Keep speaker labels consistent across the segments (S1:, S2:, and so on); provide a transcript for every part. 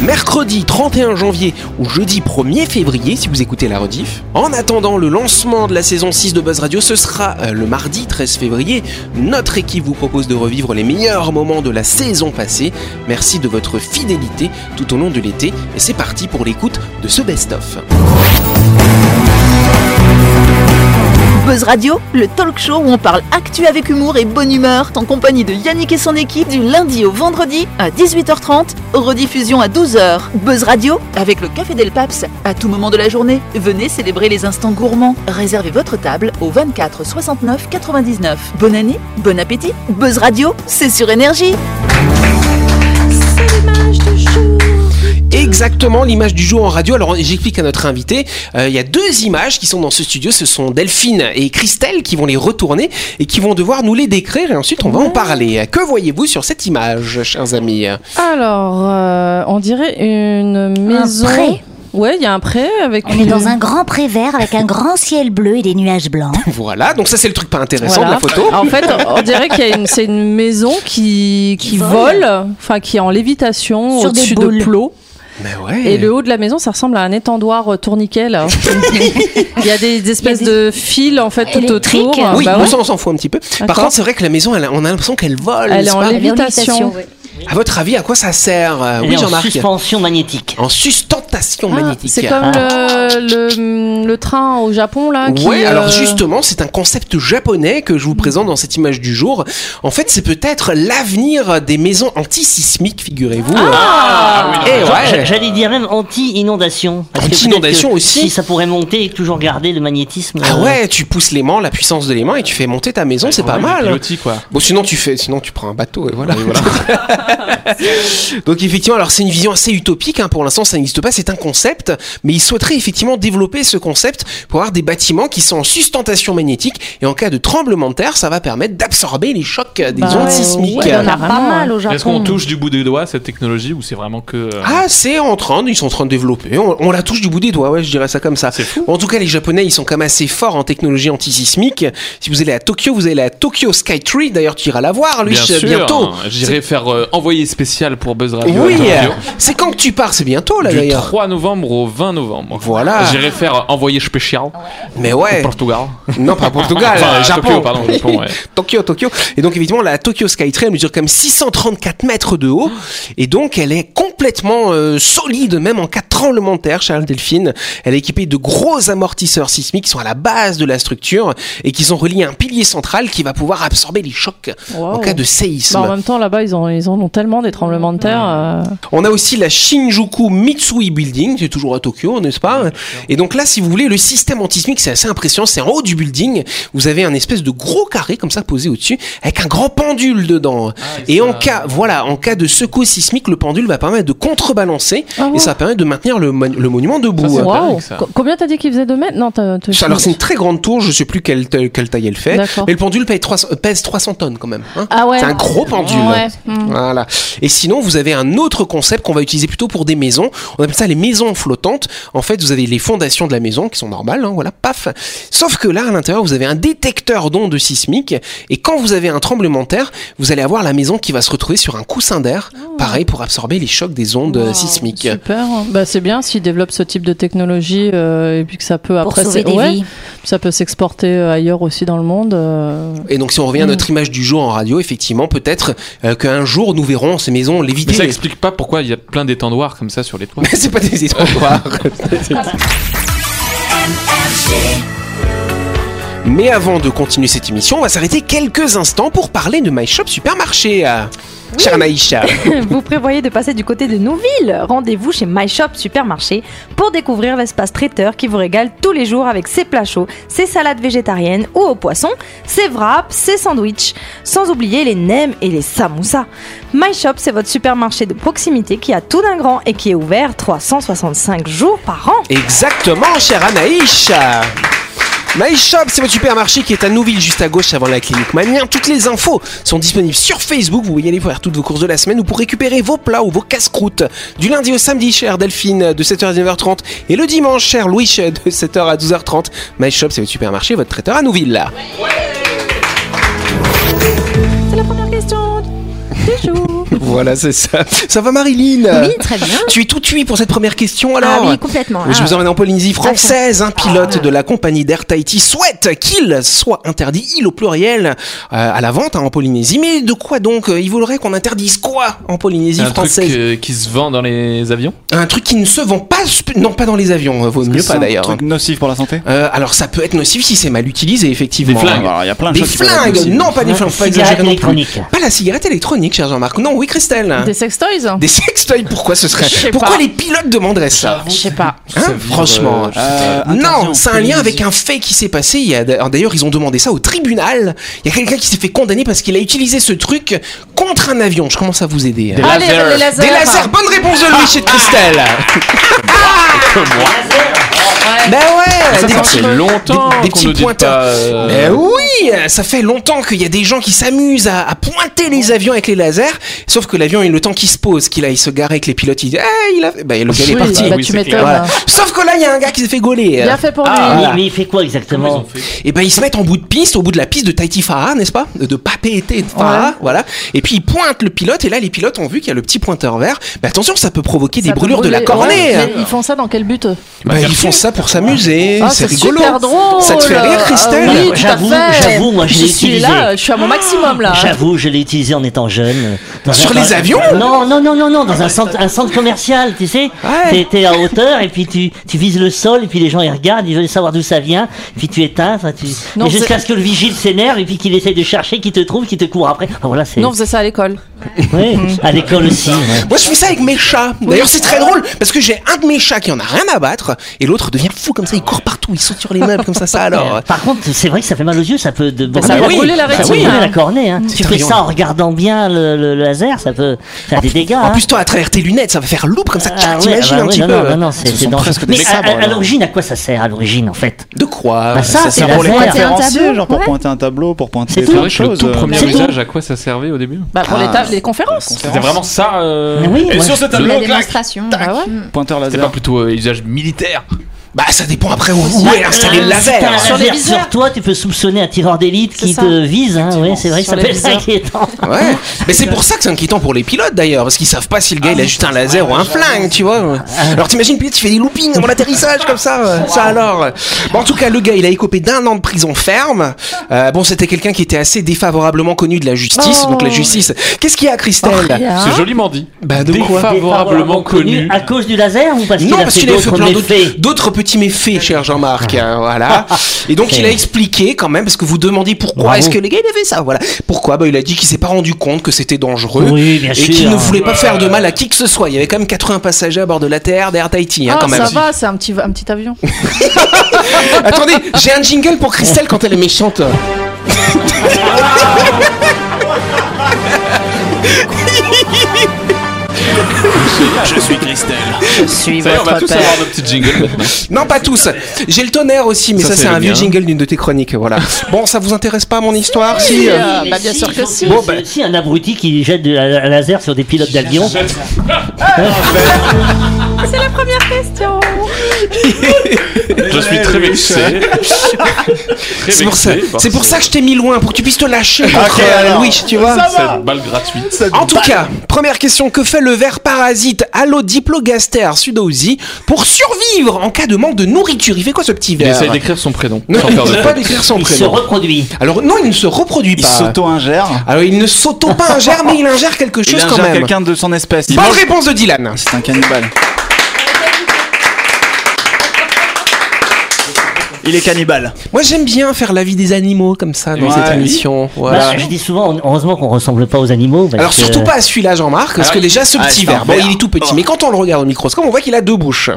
S1: mercredi 31 janvier ou jeudi 1er février si vous écoutez la rediff. En attendant le lancement de la saison 6 de Buzz Radio, ce sera euh, le mardi 13 février. Notre équipe vous propose de revivre les meilleurs moments de la saison passée. Merci de votre fidélité tout au long de l'été et c'est parti pour l'écoute de ce best-of.
S2: Buzz Radio, le talk show où on parle actu avec humour et bonne humeur, en compagnie de Yannick et son équipe du lundi au vendredi à 18h30, rediffusion à 12h. Buzz Radio, avec le Café Del Paps, à tout moment de la journée. Venez célébrer les instants gourmands. Réservez votre table au 24 69 99. Bonne année, bon appétit. Buzz Radio, c'est sur énergie.
S1: Exactement l'image du jour en radio. Alors j'explique à notre invité, euh, il y a deux images qui sont dans ce studio, ce sont Delphine et Christelle qui vont les retourner et qui vont devoir nous les décrire et ensuite on va en parler. Que voyez-vous sur cette image, chers amis
S3: Alors, euh, on dirait une maison.
S4: pré
S3: Ouais, il y a un pré avec.
S4: On est dans un grand pré vert avec un grand ciel bleu et des nuages blancs.
S1: Voilà, donc ça c'est le truc pas intéressant
S3: Voilà. Ah.
S1: de la photo.
S3: En fait, on dirait qu'il y a une, c'est une maison qui, qui
S4: Qui vole.
S3: vole, enfin qui est en lévitation
S4: Sur des
S3: au-dessus
S4: boules.
S3: de plots.
S1: Mais ouais.
S3: Et le haut de la maison, ça ressemble à un étendoir euh, tourniquet. là. Il y a des espèces
S4: Il y a
S3: de fils en fait tout
S4: Électriques.
S3: autour.
S1: oui,
S3: Bah
S1: bon,
S3: ouais.
S1: ça, on s'en fout un petit peu. Par
S3: D'accord.
S1: contre, c'est vrai que la maison, elle, on a l'impression qu'elle vole.
S3: Elle
S1: n'est-ce
S3: est en
S1: pas
S3: lévitation.
S1: À votre avis, à quoi ça sert euh,
S5: Elle
S1: Oui,
S5: est en
S1: Jean-Marc.
S5: suspension magnétique.
S1: En sustentation
S3: Ah,
S1: magnétique.
S3: C'est comme le, le- le train au Japon là. qui,
S1: Ouais, alors
S3: euh,
S1: justement, c'est un concept japonais que je vous présente dans cette image du jour. En fait, c'est peut-être l'avenir des maisons antisismiques, figurez-vous.
S3: Ah
S1: Eh
S5: J'a- j'a-
S1: ouais.
S5: J'allais dire même anti-inondation. Parce que
S1: Anti-inondation
S5: peut-être que
S1: aussi.
S5: Si ça pourrait monter et toujours garder le magnétisme.
S1: Ah
S5: euh,
S1: ouais, tu pousses l'aimant, la puissance de l'aimant et tu fais monter ta maison, c'est pas mal.
S6: Pilotis, quoi.
S1: Bon, sinon tu fais, sinon tu prends un bateau et voilà. Donc effectivement, alors c'est une vision assez utopique. hein, pour l'instant, ça n'existe pas. C'est un concept, mais ils souhaiteraient effectivement développer ce concept pour avoir des bâtiments qui sont en sustentation magnétique et en cas de tremblement de terre, ça va permettre d'absorber les chocs des
S3: Bah
S1: ondes
S3: ouais,
S1: sismiques.
S3: ouais,
S7: Il y en a
S3: Carrément,
S7: pas mal au Japon.
S6: Est-ce qu'on touche du bout des doigts cette technologie ou c'est vraiment que. euh,
S1: Ah, c'est en train, de- ils sont en train de développer. On, on la touche du bout des doigts, ouais, je dirais ça comme ça.
S6: C'est fou.
S1: En tout cas, les Japonais, ils sont quand même assez forts en technologie antisismique. Si vous allez à Tokyo, vous allez à Tokyo Sky Tree. D'ailleurs, tu iras la voir, lui,
S6: Bien sûr,
S1: bientôt.
S6: hein. J'irai faire euh, envoyer spécial pour Buzz Radio.
S1: Oui,
S6: à Tokyo.
S1: c'est quand que tu pars, c'est bientôt là
S6: Du
S1: d'ailleurs.
S6: 3 novembre au 20 novembre.
S1: Voilà.
S6: J'irai faire euh, envoyer spécial
S1: Mais
S6: au
S1: ouais, Ah,
S6: Portugal.
S1: non pas Portugal, euh,
S6: Enfin, à
S1: Japon.
S6: Tokyo, pardon, au Japon, ouais.
S1: Tokyo, Tokyo. Et donc évidemment la Tokyo Skytree, elle mesure comme 634 mètres de haut et donc elle est complètement euh, solide même en cas de tremblement de terre, Charles Delphine. Elle est équipée de gros amortisseurs sismiques qui sont à la base de la structure et qui sont reliés à un pilier central qui va pouvoir absorber les chocs en
S3: Wow.
S1: cas de séisme.
S3: Bah, en même temps, là-bas, ils, ont, ils en ont tellement des tremblements de terre. euh.
S1: On a aussi la Shinjuku Mitsui Building, c'est toujours à Tokyo, n'est-ce pas Et donc là, si vous voulez, le système antismique, c'est assez impressionnant. C'est en haut du building. Vous avez un espèce de gros carré comme ça posé au-dessus, avec un grand pendule dedans. et en cas, voilà, en cas de secousse sismique, le pendule va permettre de contrebalancer
S3: Ah
S1: et
S3: ouais.
S1: ça permet de maintenir le, mon- le monument debout.
S6: Ça, c'est
S1: Euh,
S6: pas
S3: Waouh.
S6: dingue, ça.
S3: Co- Combien t'as dit qu'ils faisaient de mètres Non, t'as. t'as-
S1: Alors c'est une très grande tour, je sais plus quelle, ta- quelle taille elle fait,
S3: D'accord.
S1: mais le pendule pèse 300, euh, pèse 300 tonnes quand même. hein.
S3: Ah ouais.
S1: C'est un gros pendule.
S3: Ouais. Mm.
S1: Voilà. Et sinon, vous avez un autre concept qu'on va utiliser plutôt pour des maisons. On appelle ça les maisons flottantes. En fait, vous avez les fondations de la maison qui sont normales, hein, voilà, paf. Sauf que là, à l'intérieur, vous avez un détecteur d'ondes sismiques. Et quand vous avez un tremblement de terre, vous allez avoir la maison qui va se retrouver sur un coussin d'air, pareil pour absorber les chocs des ondes euh,
S3: Wow,
S1: sismiques.
S3: Super. Bah, c'est bien s'ils développent ce type de technologie euh, et puis que ça peut
S4: Pour
S3: après
S4: sauver
S3: c'est-
S4: des
S3: ouais,
S4: vies.
S3: ça peut s'exporter euh, ailleurs aussi dans le monde. euh.
S1: Et donc, si on revient à notre image du jour en radio, effectivement, peut-être euh, qu'un jour nous verrons ces maisons
S6: Mais ça
S1: léviter.
S6: explique pas pourquoi il y a plein d'étendoirs comme ça sur les toits.
S1: Mais c'est pas des espoirs. Mais avant de continuer cette émission, on va s'arrêter quelques instants pour parler de My Shop Supermarché. euh, Chère Maïcha,
S7: Vous prévoyez de passer du côté de Nouville Rendez-vous chez My Shop Supermarché pour découvrir l'espace traiteur qui vous régale tous les jours avec ses plats chauds, ses salades végétariennes ou au poisson, ses wraps, ses sandwichs, sans oublier les nems et les samoussas. My Shop, c'est votre supermarché de proximité qui a tout d'un grand et qui est ouvert 365 jours par an.
S1: exactement, chère Anaïs. My Shop, c'est votre supermarché qui est à Nouville, juste à gauche avant la clinique Manien. Toutes les infos sont disponibles sur Facebook. Vous pouvez y aller pour faire toutes vos courses de la semaine ou pour récupérer vos plats ou vos casse-croûtes. Du lundi au samedi, chère Delphine, de 7h à 19h30. Et le dimanche, cher Louis, de 7h à 12h30. My Shop, c'est votre supermarché, votre traiteur à Nouville.
S7: C'est la première question.
S1: Voilà, c'est ça. Ça va, Marilyn
S8: Oui, très bien.
S1: Tu es tout tué pour cette première question alors
S8: ah oui, complètement.
S1: Je
S8: Ah.
S1: vous emmène en Polynésie française.
S3: Ah,
S1: Un pilote de la compagnie d'Air Tahiti souhaite qu'il soit interdit, il au pluriel, euh, à la vente hein, en Polynésie. Mais de quoi donc euh, Il voudrait qu'on interdise quoi en Polynésie
S6: C'est un truc
S1: française
S6: euh, qui se vend dans les avions
S1: Un truc qui ne se vend pas, sp- non pas dans les avions, euh, vaut mieux
S9: C'est
S1: pas
S9: un
S1: d'ailleurs.
S9: truc nocif pour la santé
S1: Euh, alors ça peut être nocif si c'est mal utilisé effectivement.
S6: Des flingues.
S9: Alors, il Ah, y a plein de
S1: Des
S9: choses qui peuvent être
S1: flingues
S9: nocives.
S1: Non, pas des flingues, faut pas
S5: Cigarette
S1: exagérer non plus.
S5: électronique.
S1: Pas la cigarette électronique, cher Jean-Marc. Non, oui, Christelle.
S3: Des sextoys
S1: Des sextoys, pourquoi ce
S3: Je sais
S1: serait Pourquoi
S3: pas.
S1: les pilotes demanderaient ça
S3: Je sais pas.
S1: Hein,
S6: Ça vire,
S1: Franchement.
S6: euh, je sais pas.
S9: Euh,
S1: Non,
S9: interdit
S1: c'est
S9: en
S1: un lien
S9: Polynésie.
S1: avec un fait qui s'est passé. Il y a d'ailleurs, d'ailleurs, ils ont demandé ça au tribunal. Il y a quelqu'un qui s'est fait condamner parce qu'il a utilisé ce truc contre un avion. Je commence à vous aider. hein.
S6: Des Ah, lasers.
S1: Des lasers. Bonne réponse de Louis chez Christelle. Ben ouais.
S6: Ah, Ça,
S1: des
S6: ça
S1: petits-
S6: fait longtemps
S1: des- des
S6: qu'on
S1: petits
S6: ne dit
S1: pointeurs.
S6: pas. euh,
S1: Mais oui, ça fait longtemps qu'il y a des gens qui s'amusent à, à pointer les avions avec les lasers. Sauf que l'avion, il le temps qu'il se pose, qu'il aille se garer, que les pilotes, ils disent, eh, il a, ben, le gars il est
S3: Oui,
S1: parti.
S3: bah,
S6: Oui,
S3: tu
S6: c'est
S3: m'étonnes.
S6: clair.
S1: Voilà. Sauf que là, il y a un gars qui s'est fait gauler.
S3: Bien fait pour lui.
S5: Mais-
S1: voilà.
S5: Mais il fait quoi exactement
S1: Et ben Ah. ils se mettent en bout de piste, au bout de la piste de Tahiti Fara, n'est-ce pas De Papeete Fara, voilà. Et puis ils pointent le pilote, et là les pilotes ont vu qu'il y a le petit pointeur vert. Mais attention, ça peut provoquer des
S3: Ça peut
S1: brûlures de la
S3: brûler.
S1: cornée. hein.
S3: Ouais, mais ils font ça dans quel but
S1: Bah, ils font ça pour s'amuser,
S3: Ah,
S1: c'est rigolo.
S3: super drôle.
S1: Ça te fait rire, Christelle
S3: Ah Oui,
S5: Alors,
S3: tout à
S5: j'avoue-
S3: fait.
S5: j'avoue, moi, je
S3: J'y
S5: l'ai
S3: suis
S5: utilisé.
S3: là, je suis à mon maximum là.
S5: J'avoue, je l'ai utilisé en étant jeune. Dans
S1: Sur les
S5: dans-
S1: avions
S5: Non, non, non, non, non, dans un centre, un centre commercial, tu sais.
S1: Ouais.
S5: T'es- T'es à hauteur et puis tu, tu vises le sol et puis les gens ils regardent, ils veulent savoir d'où ça vient, puis tu éteins, enfin, tu...
S3: Non,
S5: et
S3: c'est-
S5: jusqu'à ce que le vigile s'énerve et puis qu'il essaye de chercher, qu'il te trouve, qu'il te court après. Enfin, voilà, c'est.
S3: Non, on faisait ça à l'école.
S5: Ouais, à l'école aussi. ouais.
S1: Moi, je fais ça avec mes chats. D'ailleurs, c'est très drôle parce que j'ai un de mes chats qui en a rien à battre et l'autre devient fou comme ça. Il court partout, il saute sur les meubles comme ça. Ça alors.
S5: Euh, Par contre, c'est vrai que ça fait mal aux yeux, ça peut. De... bon,
S3: ça
S5: bah
S3: va
S5: oui,
S3: brûler la
S5: ça
S3: rétine.
S5: brûle la cornée. Hein. Tu fais
S1: effrayant.
S5: ça en regardant bien le, le- le laser, ça peut faire des dégâts.
S1: En
S5: hein.
S1: plus, toi, à travers tes lunettes, ça va faire loupe comme ça.
S5: Ah ouais,
S1: T'imagines
S5: ah
S1: un
S5: bah ouais,
S1: petit
S5: non,
S1: peu.
S5: non, non, non, c'est
S9: Ce
S5: c'est
S9: sont
S5: dangereux.
S9: presque des
S5: Mais à,
S9: sabres,
S5: à- à
S9: alors.
S5: l'origine, à quoi ça sert à l'origine en fait
S1: De quoi
S5: Bah, ça, c'est
S1: sert pour
S5: la
S1: les
S5: merde.
S1: conférenciers.
S8: Pointer un tableau.
S9: genre pour
S8: Ouais.
S9: pointer un tableau, pour pointer
S5: C'est
S6: C'est
S9: plein
S6: vrai
S9: de
S6: que le
S9: choses.
S6: tout premier
S5: C'est tout.
S6: usage, à quoi ça servait au début
S3: Bah, pour
S9: Ah.
S3: les tables, les conférences.
S6: C'était vraiment ça euh,
S5: Mais oui,
S6: et
S5: ouais.
S6: sur ce
S8: La
S6: tableau, clac
S8: démonstration.
S3: Ah ouais.
S8: Mm.
S9: Pointeur
S6: C'était pas
S9: laser.
S6: plutôt euh, usage militaire
S1: Bah, ça dépend après où, où est installé le laser.
S5: T'as un
S3: Sur les
S5: laser
S3: viseurs.
S5: sur toi, tu peux soupçonner un tireur d'élite
S3: C'est
S5: qui
S3: ça.
S5: te vise. Hein, ouais, c'est vrai que
S3: Sur
S5: ça
S3: les
S5: peut être
S3: viseurs.
S5: inquiétant.
S1: Ouais. Mais c'est pour ça que c'est inquiétant pour les pilotes d'ailleurs, parce qu'ils savent pas si le gars il a juste un laser ou un flingue, tu vois. Alors t'imagines, pilote, tu fais des loopings avant l'atterrissage comme ça, euh, ça alors. Bon, en tout cas, le gars il a écopé d'un an de prison ferme. Euh, bon, c'était quelqu'un qui était assez défavorablement connu de la justice, donc la
S5: Oh.
S1: justice. Qu'est-ce qu'il y a, Christelle
S6: C'est joliment dit.
S1: Bah, Ah. de quoi
S6: Défavorablement connu.
S5: À cause du laser ou parce qu'il
S1: non,
S5: a
S1: parce
S5: fait
S1: qu'il a fait
S5: d'autres
S1: plein d'autres-
S5: méfaits
S1: d'autres petits méfaits, cher Jean-Marc. hein, voilà. Et donc, il a expliqué quand même, parce que vous demandez pourquoi
S5: Bravo.
S1: est-ce que les gars, il a fait ça. Voilà. Pourquoi bah, Il a dit qu'il s'est pas rendu compte que c'était dangereux.
S5: Oui, bien
S1: et
S5: sûr.
S6: hein.
S1: qu'il ne voulait pas faire de mal à qui que ce soit. Il y avait quand même 80 passagers à bord de la Terre, d'Air Tahiti, hein,
S3: Ah,
S1: quand même.
S3: ça va, c'est un petit, un petit avion.
S1: Attendez, j'ai un jingle pour Christelle quand elle est méchante.
S6: Ça y est, on va tous avoir nos petits jingles maintenant.
S1: Non, pas tous. J'ai le tonnerre aussi, mais ça,
S6: Ça, c'est
S1: c'est
S6: le
S1: un vieux
S6: mien.
S1: jingle d'une de tes chroniques. Voilà. bon, ça vous intéresse pas mon histoire Si. euh,
S3: Ah,
S5: Mais
S3: bah, bien
S5: si,
S3: sûr que si.
S5: Bon, bah, si un abruti qui jette du la- laser sur des pilotes d'avion.
S6: Je suis très vexé. Très
S1: C'est pour, ça,
S6: vexé par
S1: c'est pour
S6: ce-
S1: ça que je t'ai mis loin, pour que tu puisses te lâcher contre
S9: Ok,
S1: euh,
S9: alors.
S1: Louis, tu vois.
S6: Cette balle gratuite.
S1: En tout cas, première question, que fait le ver parasite Allodiplogastère sudosi pour survivre en cas de manque de nourriture Il fait quoi ce petit
S6: Il
S1: ver
S6: essaye d'écrire son prénom.
S1: Non,
S6: sans
S1: il
S6: faire
S1: ne
S6: de
S1: peut pas
S6: faute.
S1: décrire son
S5: Il se
S1: prénom.
S5: reproduit.
S1: Alors non, il ne se reproduit
S9: Il
S1: pas.
S9: s'auto-ingère.
S1: Alors il ne s'auto pas ingère, mais il ingère quelque
S9: Il
S1: chose quand
S9: ingère
S1: même.
S9: quelqu'un de son espèce. Il
S1: Bonne
S9: mange-
S1: réponse de Dylan.
S9: C'est un cannibale. Il est cannibale.
S1: Moi j'aime bien faire la vie des animaux comme ça dans
S9: Ouais.
S1: cette émission. Voilà.
S5: Bah, je dis souvent, heureusement qu'on ressemble pas aux animaux. parce
S1: Alors
S5: que-
S1: surtout pas à celui-là Jean-Marc, parce
S9: Ah
S1: que
S9: oui.
S1: déjà ce
S9: Ah,
S1: petit
S9: c'est un
S1: ver, bon
S9: ver.
S1: il est tout petit, mais quand on le regarde au microscope, on voit qu'il a deux bouches.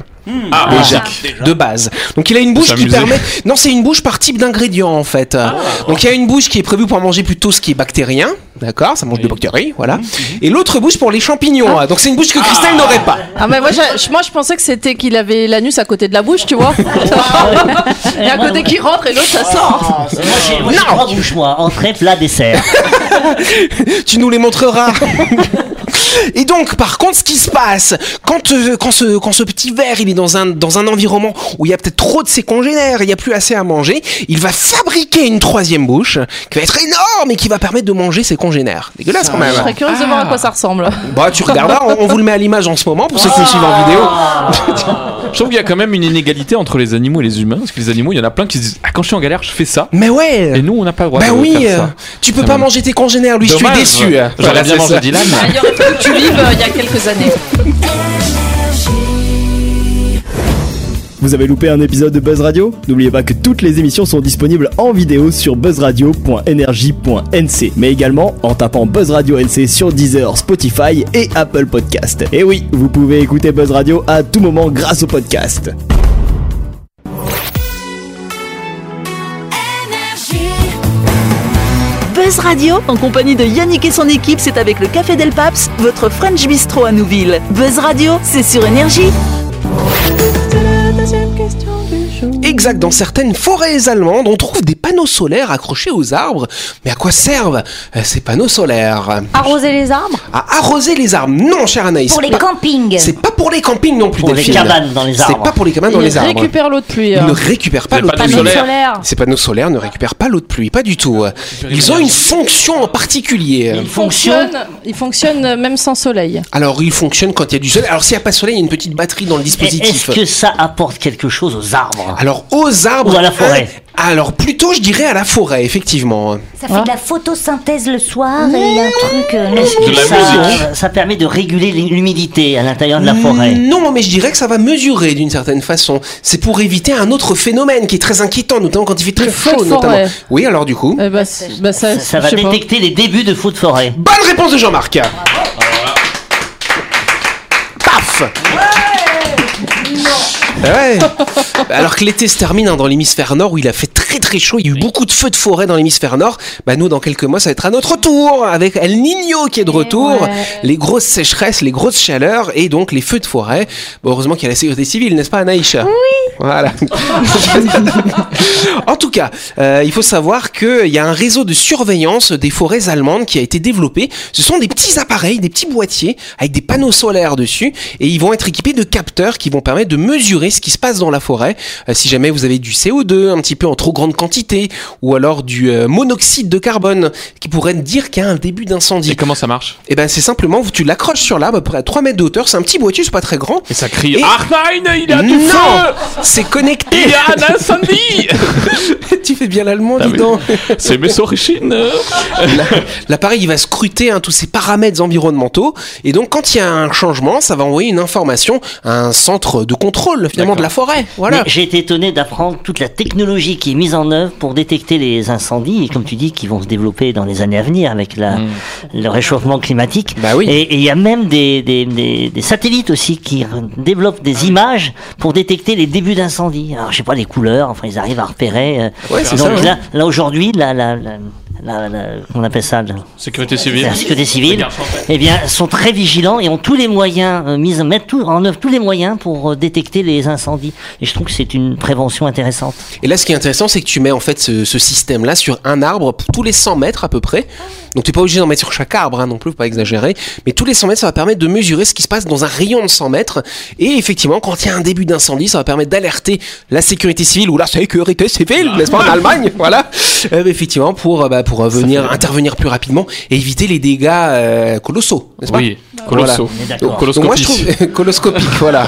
S6: Ah,
S1: déjà, de base. Donc il a une bouche qui
S6: S'amuser.
S1: permet. Non, c'est une bouche par type d'ingrédient en fait.
S9: Ah.
S1: Donc il y a une bouche qui est prévue pour manger plutôt ce qui est bactérien, d'accord, ça mange des bactéries, voilà.
S9: Mhm.
S1: Et l'autre bouche pour les champignons.
S9: Ah.
S1: hein. Donc c'est une bouche que Christelle n'aurait pas.
S3: Ah, mais moi, j'a- moi je pensais que c'était qu'il avait l'anus à côté de la bouche, tu vois. Il y a un côté qui rentre et l'autre ça sort.
S5: Moi, j'ai moi, j'ai
S1: Non.
S5: trois bouches, moi. Entrée, plat, dessert.
S1: Tu nous les montreras. Et donc, par contre, ce qui se passe, quand, euh, quand, ce, quand ce petit verre, il est dans un, dans un environnement où il y a peut-être trop de ses congénères, il n'y a plus assez à manger, il va fabriquer une troisième bouche qui va être énorme et qui va permettre de manger ses congénères. Dégueulasse quand même.
S3: Je serais curieuse de voir à quoi ça ressemble.
S1: Bah, tu regarderas, on, on vous le met à l'image en ce moment pour ceux qui le suivent en vidéo.
S6: Je trouve qu'il y a quand même une inégalité entre les animaux et les humains. Parce que les animaux, il y en a plein qui se disent Ah, quand je suis en galère, je fais ça.
S1: Mais ouais!
S6: Et nous, on n'a pas le droit
S1: Bah
S6: de
S1: oui,
S6: faire
S1: euh,
S6: ça.
S1: tu peux
S6: Ça
S1: pas
S6: me-
S1: manger tes congénères, lui,
S6: Dommage,
S1: je suis déçu. hein.
S6: J'aurais
S1: Voilà,
S6: bien
S1: c'est
S6: mangé
S1: ça.
S6: Dylan.
S3: Il y aurait fallu que tu vives euh, il y a quelques années.
S8: Vous avez loupé un épisode de Buzz Radio N'oubliez pas que toutes les émissions sont disponibles en vidéo sur buzzradio.energie.nc, mais également en tapant Buzz Radio NC sur Deezer, Spotify et Apple Podcast. Et oui, vous pouvez écouter Buzz Radio à tout moment grâce au podcast.
S2: Buzz Radio, en compagnie de Yannick et son équipe, c'est avec le Café Del Paps, votre French Bistro à Nouville. Buzz Radio, c'est sur Énergie.
S1: Exact, dans certaines forêts allemandes, on trouve des panneaux solaires accrochés aux arbres. Mais à quoi servent euh, ces panneaux solaires
S7: Arroser les arbres
S1: À arroser les arbres Non, cher Anaïs.
S4: Pour les
S1: pas-
S4: campings.
S1: C'est pas pour les campings non plus,
S5: Pour les
S1: Delphine.
S5: cabanes dans les
S1: C'est
S5: arbres.
S1: pas pour les cabanes dans
S3: Il
S1: les arbres.
S3: récupère l'eau de pluie.
S1: Ils ne
S3: hein.
S1: récupèrent pas
S6: Les
S1: l'eau de
S6: panneaux
S1: pluie.
S7: Panneaux
S6: solaires.
S7: solaires
S1: Ces panneaux solaires ne récupèrent pas l'eau de pluie, pas du tout. Ils ont une fonction en particulier.
S5: Une
S3: Il fonctionne, il fonctionne euh, même sans soleil.
S1: Alors, ils fonctionnent quand il y a du soleil. Alors, s'il n'y a pas de soleil, il y a une petite batterie dans le dispositif.
S5: Est-ce que ça apporte quelque chose aux arbres
S1: Alors aux arbres
S5: Ou à la forêt.
S1: hein, alors plutôt je dirais à la forêt effectivement.
S4: Ça fait de la photosynthèse le soir et un truc. euh, non.
S5: Est-ce que
S6: la
S5: ça,
S6: musique.
S5: ça permet de réguler l'humidité à l'intérieur de la forêt
S1: Non mais je dirais que ça va mesurer d'une certaine façon. C'est pour éviter un autre phénomène qui est très inquiétant notamment quand il fait très
S3: Le feu de
S1: chaud notamment.
S3: forêt.
S1: Oui alors du coup.
S3: Eh bah, c'est- bah, ça,
S5: Ça va
S3: je sais pas.
S5: détecter les débuts de feux de forêt.
S1: Bonne réponse de Jean-Marc. Paf. Eh Ouais. Alors que l'été se termine hein, dans l'hémisphère nord où il a fait très très chaud, il y a eu beaucoup de feux de forêt dans l'hémisphère nord. Bah nous dans quelques mois ça va être à notre tour avec El Niño qui est de retour, les grosses sécheresses, les grosses chaleurs et donc les feux de forêt. Bon, heureusement qu'il y a la sécurité civile, n'est-ce pas Anaïcha Oui. Voilà. En tout cas, euh, il faut savoir qu'il y a un réseau de surveillance des forêts allemandes qui a été développé. Ce sont des petits appareils, des petits boîtiers avec des panneaux solaires dessus et ils vont être équipés de capteurs qui vont permettre de mesurer ce qui se passe dans la forêt. Euh, si jamais vous avez du CO2 un petit peu en trop grande quantité ou alors du euh, monoxyde de carbone qui pourrait dire qu'il y a un début
S6: Et
S1: d'incendie.
S6: comment ça marche
S1: Et ben c'est simplement, tu l'accroches sur l'arbre à peu près à 3 mètres de hauteur, c'est un petit boîtier, c'est pas très grand.
S6: Et ça crie
S1: Et-
S6: Ah nein, il a du
S1: non,
S6: feu
S1: c'est connecté.
S6: Il y a un incendie
S1: tu fais bien l'allemand,
S6: Ah
S1: dis
S6: oui.
S1: donc.
S6: C'est mes origines
S1: L'appareil, il va scruter hein, tous ces paramètres environnementaux. Et donc, quand il y a un changement, ça va envoyer une information à un centre de contrôle, finalement, de la forêt. Voilà.
S5: Mais J'ai été étonné d'apprendre toute la technologie qui est mise en œuvre pour détecter les incendies, et comme tu dis, qui vont se développer dans les années à venir avec la, le réchauffement climatique.
S1: Mm. Bah oui.
S5: Et et il y a même des, des, des- des satellites aussi qui re- développent des images pour détecter les débuts d'incendie. Alors, je sais pas, les couleurs, enfin, ils arrivent à repérer. euh.
S1: Ouais, c'est
S5: Donc
S1: ça,
S5: là, là aujourd'hui, la, la, la, la- la- qu'on appelle ça le-
S6: Sécurité civile.
S5: la sécurité civile, eh bien, sont très vigilants et ont tous les moyens, euh, mis, mettent tout, en œuvre tous les moyens pour euh, détecter les incendies. Et je trouve que c'est une prévention intéressante.
S1: Et là, ce qui est intéressant, c'est que tu mets en fait ce, ce système-là sur un arbre pour tous les 100 mètres à peu près. Donc, tu n'es pas obligé d'en mettre sur chaque arbre hein, non plus, faut pas exagérer. Mais tous les 100 mètres, ça va permettre de mesurer ce qui se passe dans un rayon de 100 mètres. Et effectivement, quand il y a un début d'incendie, ça va permettre d'alerter la sécurité civile ou la sécurité civile, n'est-ce pas, en Allemagne Voilà. Euh, effectivement, pour, euh, bah, pour euh, venir intervenir plus rapidement et éviter les dégâts euh, colossaux, n'est-ce pas
S6: Oui, colosso.
S5: On est
S1: Donc,
S5: d'accord.
S1: donc moi je
S6: Coloscopie.
S1: trouve coloscopique, voilà.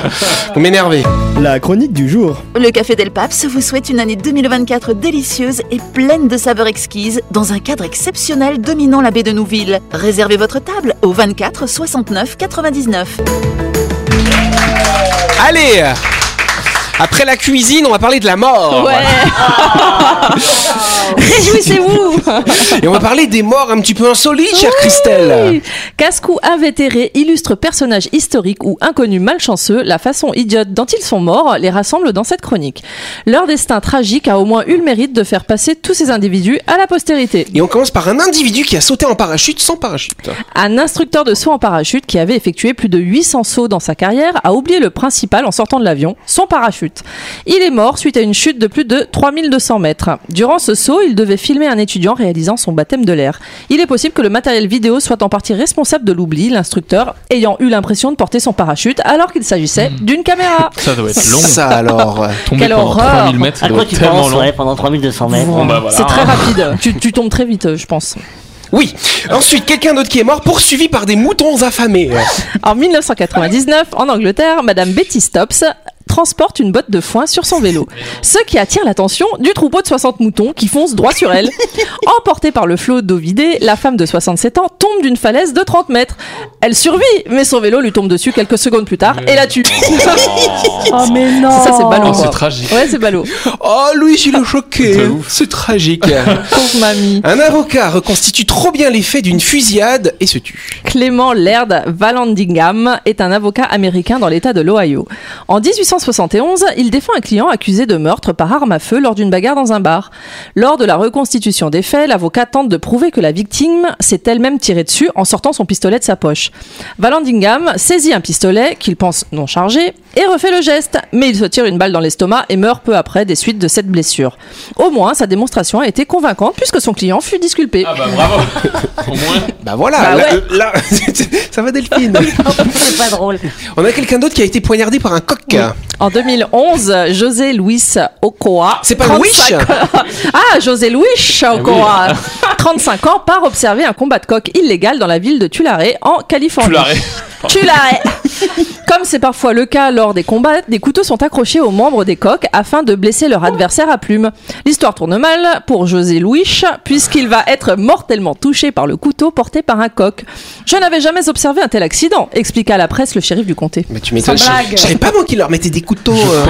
S1: Vous m'énervez.
S8: La chronique du jour.
S2: Le Café Del Paps vous souhaite une année 2024 délicieuse et pleine de saveurs exquises dans un cadre exceptionnel dominant la baie de Nouville. Réservez votre table au 24 69 99.
S1: Allez Après la cuisine, on va parler de la mort.
S3: Ouais. Réjouissez-vous
S1: Et on va parler des morts un petit peu insolites, chère Christelle.
S3: Casse-cou invétéré, illustre personnage historique ou inconnu malchanceux, la façon idiote dont ils sont morts les rassemble dans cette chronique. Leur destin tragique a au moins eu le mérite de faire passer tous ces individus à la postérité.
S1: Et on commence par un individu qui a sauté en parachute sans parachute.
S3: Un instructeur de saut en parachute qui avait effectué plus de 800 sauts dans sa carrière a oublié le principal en sortant de l'avion, son parachute. parachute. Il est mort suite à une chute de plus de 3200 mètres. Durant ce saut, il devait filmer un étudiant réalisant son baptême de l'air. Il est possible que le matériel vidéo soit en partie responsable de l'oubli, l'instructeur ayant eu l'impression de porter son parachute alors qu'il s'agissait
S6: Hmm.
S3: d'une caméra.
S6: Ça doit être long.
S1: Ça alors.
S6: Tomber
S3: Quelle
S6: pendant
S3: horreur.
S6: 3000 mètres, ça
S5: À
S6: doit
S5: quoi
S6: être
S5: tu
S6: tellement
S5: penses
S6: long.
S5: ouais, pendant 3200 mètres
S6: Bon, bah, voilà.
S3: C'est très rapide. tu, tu tombes très vite, euh, je pense.
S1: Oui. Ensuite, quelqu'un d'autre qui est mort poursuivi par des moutons affamés.
S3: En 1999, en Angleterre, Madame Betty Stops transporte une botte de foin sur son vélo, ce qui attire l'attention du troupeau de 60 moutons qui fonce droit sur elle. Emportée par le flot d'eau vidée, la femme de 67 ans tombe d'une falaise de 30 mètres. Elle survit, mais son vélo lui tombe dessus quelques secondes plus tard et la tue.
S7: Oh, mais non
S3: Ça, c'est ballot.
S6: Oh, c'est tragique.
S3: ouais, c'est ballot.
S1: Oh, Louis, il est choqué.
S6: De ouf.
S1: C'est tragique.
S3: Pauvre mamie.
S1: Un avocat reconstitue trop bien l'effet d'une fusillade et se tue.
S3: Clément Laird Vallandigham est un avocat américain dans l'État de l'Ohio. En 1871, il défend un client accusé de meurtre par arme à feu lors d'une bagarre dans un bar. Lors de la reconstitution des faits, l'avocat tente de prouver que la victime s'est elle-même tirée dessus en sortant son pistolet de sa poche. Vallandigham saisit un pistolet qu'il pense non chargé et refait le geste, mais il se tire une balle dans l'estomac et meurt peu après des suites de cette blessure. Au moins, sa démonstration a été convaincante puisque son client fut disculpé.
S6: Ah bah bravo. Au moins.
S1: Bah voilà.
S3: Bah
S1: là- là- ça va Delphine.
S5: C'est pas drôle.
S1: On a quelqu'un d'autre qui a été poignardé par un coq.
S3: En 2011, José Luis Ocoa.
S1: C'est pas Ah
S3: 35
S1: Louis
S3: Ah, José Luis Ocoa, 35 ans, part observer un combat de coq illégal dans la ville de Tulare, en Californie.
S6: Tu l'arrêtes.
S3: Tulare. Comme c'est parfois le cas lors des combats, des couteaux sont accrochés aux membres des coqs afin de blesser leur adversaire à plume. L'histoire tourne mal pour José Luis, puisqu'il va être mortellement touché par le couteau porté par un coq. Je n'avais jamais observé un tel accident, expliqua à la presse le shérif du comté.
S1: Mais tu m'étonnes.
S7: Sans
S1: Je
S7: blague.
S1: je savais pas moi qu'ils leur mettait des couteaux. euh.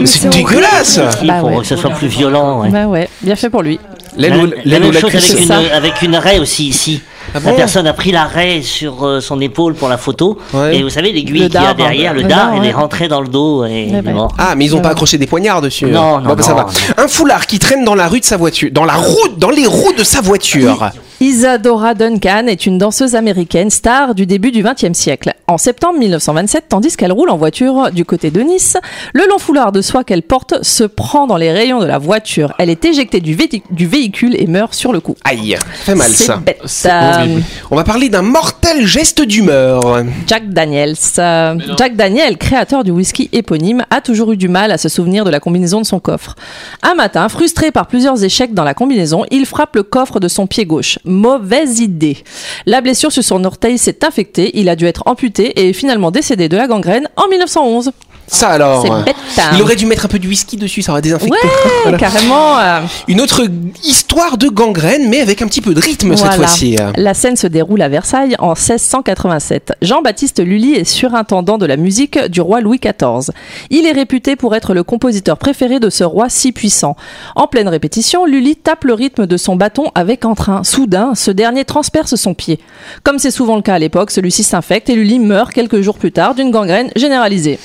S5: mais
S1: c'est
S7: c'est
S1: dégueulasse.
S5: Si,
S3: Bah
S5: pour
S3: ouais.
S5: que ce soit plus violent. ouais.
S3: Bah ouais, bien fait pour lui.
S5: La,
S6: L'aile ou-
S5: la
S6: l'aile ou
S5: même
S6: la
S5: chose
S6: cuisse. Ah
S5: avec
S3: c'est
S5: une,
S3: ça.
S5: avec une raie aussi ici.
S1: bon
S5: la personne a pris la raie sur euh, son épaule pour la photo.
S1: Ouais.
S5: Et vous savez, l'aiguille
S3: Le
S5: qu'il y a
S3: dard,
S5: derrière,
S3: hein.
S5: le
S3: Le
S5: dard,
S3: dard,
S5: elle
S3: ouais.
S5: est rentrée dans le dos. Et il est
S3: ouais.
S5: mort.
S1: Ah, mais ils ont pas accroché des poignards dessus.
S5: Non, non,
S1: Bon, bah, ça
S5: non.
S1: va. Un foulard qui traîne dans la rue de sa voiture, dans la route, dans les roues de sa voiture.
S3: Isadora Duncan est une danseuse américaine star du début du XXe siècle. En septembre 1927, tandis qu'elle roule en voiture du côté de Nice, le long foulard de soie qu'elle porte se prend dans les rayons de la voiture. Elle est éjectée du, véti- du véhicule et meurt sur le coup.
S1: Aïe, fait mal
S3: C'est
S1: ça.
S3: bête.
S6: C'est
S3: Euh,
S6: horrible.
S1: On va parler d'un mortel geste d'humeur.
S3: Jack Daniels. Euh, Jack Daniel, créateur du whisky éponyme, a toujours eu du mal à se souvenir de la combinaison de son coffre. Un matin, frustré par plusieurs échecs dans la combinaison, il frappe le coffre de son pied gauche. Mauvaise idée. La blessure sur son orteil s'est infectée, il a dû être amputé et est finalement décédé de la gangrène en 1911.
S1: Ça alors.
S3: C'est bête. hein.
S1: Oh, Il aurait dû mettre un peu de whisky dessus, ça aurait désinfecté.
S3: Ouais, carrément. euh,
S1: Une autre histoire de gangrène, mais avec un petit peu de rythme cette
S3: Voilà.
S1: fois-ci.
S3: La scène se déroule à Versailles en 1687. Jean-Baptiste Lully est surintendant de la musique du roi Louis XIV. Il est réputé pour être le compositeur préféré de ce roi si puissant. En pleine répétition, Lully tape le rythme de son bâton avec entrain. Soudain, ce dernier transperce son pied. Comme c'est souvent le cas à l'époque, celui-ci s'infecte et Lully meurt quelques jours plus tard d'une gangrène généralisée.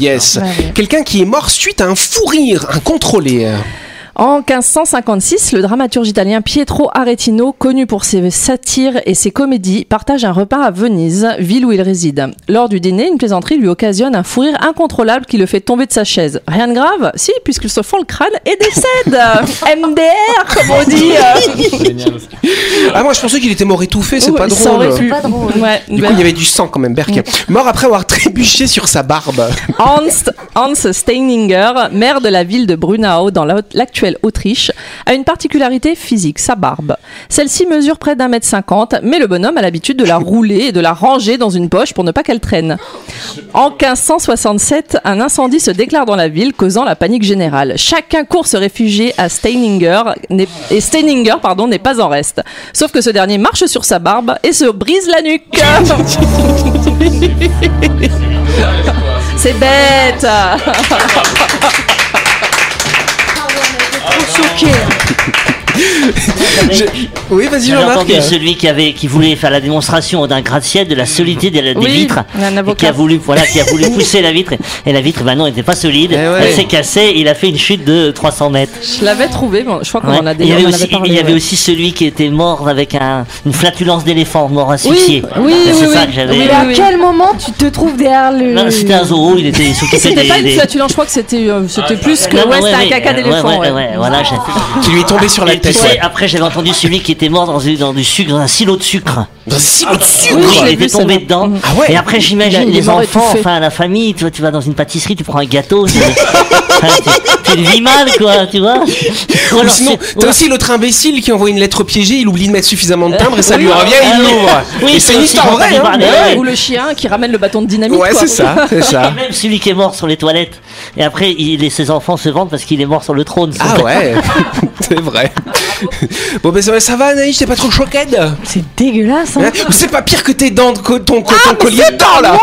S1: Yes. Quelqu'un qui est mort suite à un fou rire incontrôlé.
S3: En 1556, le dramaturge italien Pietro Aretino, connu pour ses satires et ses comédies, partage un repas à Venise, ville où il réside. Lors du dîner, une plaisanterie lui occasionne un fou rire incontrôlable qui le fait tomber de sa chaise. Rien de grave Si, puisqu'il se fend le crâne et décède MDR, comme on dit
S1: Ah, moi je pensais qu'il était mort étouffé, c'est pas
S3: Ouais, ça
S1: drôle.
S3: aurait pu.
S4: Pas drôle.
S3: Ouais,
S1: Du
S3: bah,
S1: coup, il y avait du sang quand même, Berk. Mort après avoir trébuché sur sa barbe.
S3: Hans, Hans Steininger, maire de la ville de Brunau dans la- l'actuelle Autriche, a une particularité physique, sa barbe. Celle-ci mesure près d'un mètre cinquante, mais le bonhomme a l'habitude de la rouler et de la ranger dans une poche pour ne pas qu'elle traîne. En 1567, un incendie se déclare dans la ville, causant la panique générale. Chacun court se réfugier à Steininger, n'est- et Steininger pardon, n'est pas en reste. Sauf que ce dernier marche sur sa barbe et se brise la nuque. C'est bête Trop choqué
S1: Je- Oui, vas-y,
S5: J'avais
S1: Jean-Marc.
S5: entendu celui qui avait, qui voulait faire la démonstration d'un gratte-ciel de la solidité de la- des
S3: Oui,
S5: vitres,
S3: un
S5: et qui
S3: avocat.
S5: a voulu, voilà, qui a voulu pousser la vitre, et la vitre, bah non, elle n'était pas solide,
S1: Eh ouais.
S5: elle s'est cassée, il a fait une chute de 300 mètres.
S3: Je l'avais trouvé, mais je crois qu'on
S5: Ouais.
S3: en a
S5: il y
S3: déjà
S5: avait,
S3: on en
S5: aussi,
S3: avait parlé,
S5: il y avait
S3: ouais.
S5: aussi celui qui était mort avec un- une flatulence d'éléphant, mort
S3: Oui,
S5: asphyxié.
S3: oui,
S5: C'est
S3: oui,
S5: ça
S3: oui.
S5: que j'avais.
S3: Oui,
S7: Mais à
S3: oui, oui.
S7: quel moment tu te trouves derrière le.
S5: Non, C'était un zoo, il était il s'occupait
S3: C'était
S5: des.
S3: pas une
S5: des-
S3: flatulence, je crois que c'était euh, c'était plus que
S5: Non,
S3: ouais, c'était un
S5: Ah, ouais,
S3: caca
S5: ouais,
S3: d'éléphant.
S5: ouais,
S3: ouais. Oh.
S5: ouais, voilà, j'ai-
S1: Qui lui est tombé sur la
S5: Et tu
S1: tête.
S5: sais, après j'avais entendu celui qui était mort dans, du- dans du sucre, un silo de sucre.
S1: Dans un silo de sucre.
S5: Ah, Oui,
S3: je
S5: il
S3: l'ai vu,
S5: était
S3: Mm.
S5: tombé
S3: celle-là.
S5: dedans.
S1: Ah ouais
S5: Et après,
S3: Il a-
S5: j'imagine
S3: il est
S5: les
S3: mort
S5: enfants,
S3: étouffé.
S5: enfin la famille, tu vois, tu vas dans une pâtisserie, tu prends un gâteau, c'est- enfin, tu, tu le vis mal, quoi, tu vois. Ou
S1: Ou
S5: alors,
S1: sinon,
S5: c'est- Ah
S1: t'as aussi l'autre imbécile qui envoie une lettre piégée, il oublie de mettre suffisamment de timbre et ça lui
S5: oui.
S1: revient,
S5: Ah
S1: il
S5: oui.
S1: l'ouvre.
S5: Oui,
S1: et c'est une
S5: aussi
S1: histoire
S5: entendu
S1: vraie, hein.
S5: parler,
S1: Ouais,
S5: Ah ouais.
S3: Ah, Ou le chien qui ramène le bâton de dynamite.
S1: Ouais,
S3: quoi.
S1: c'est ça, c'est ça.
S5: Et même celui qui est mort sur les toilettes. Et après, il et ses enfants se vantent parce qu'il est mort sur le trône.
S1: Ah ouais, c'est vrai. Bon ben ça, va- ça va Anaïs, t'es pas trop choquée hein
S7: C'est dégueulasse, hein.
S1: Ou c'est pas pire que tes dents, de co- ton, co- ton collier de dents là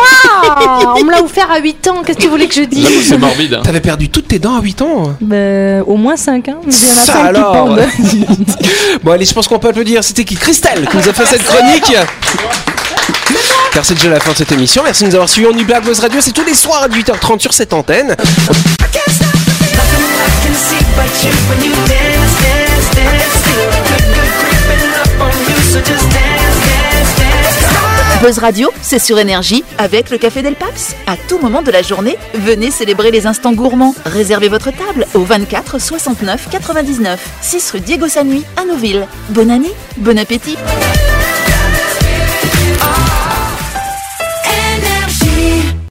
S7: Ah, on me l'a offert à 8 ans, qu'est-ce que tu voulais que je dise
S6: J'avoue, c'est morbide. hein.
S1: T'avais perdu toutes tes dents à 8 ans
S7: Bah, au moins 5, hein. Mais il y en a
S1: Ça
S7: 5 qui
S1: alors.
S7: pendent.
S1: Bon allez, je pense qu'on peut applaudir, c'était qui Christelle qui nous a fait cette chronique car c'est déjà la fin de cette émission. Merci de nous avoir suivis. On y blague Buzz Radio, c'est tous les soirs à 8h30 sur cette antenne.
S2: Buzz Radio, c'est sur énergie avec le Café Del Paps. À tout moment de la journée, venez célébrer les instants gourmands. Réservez votre table au 24 69 99 6 rue Diego Sanui à Nouville. Bonne année, bon appétit.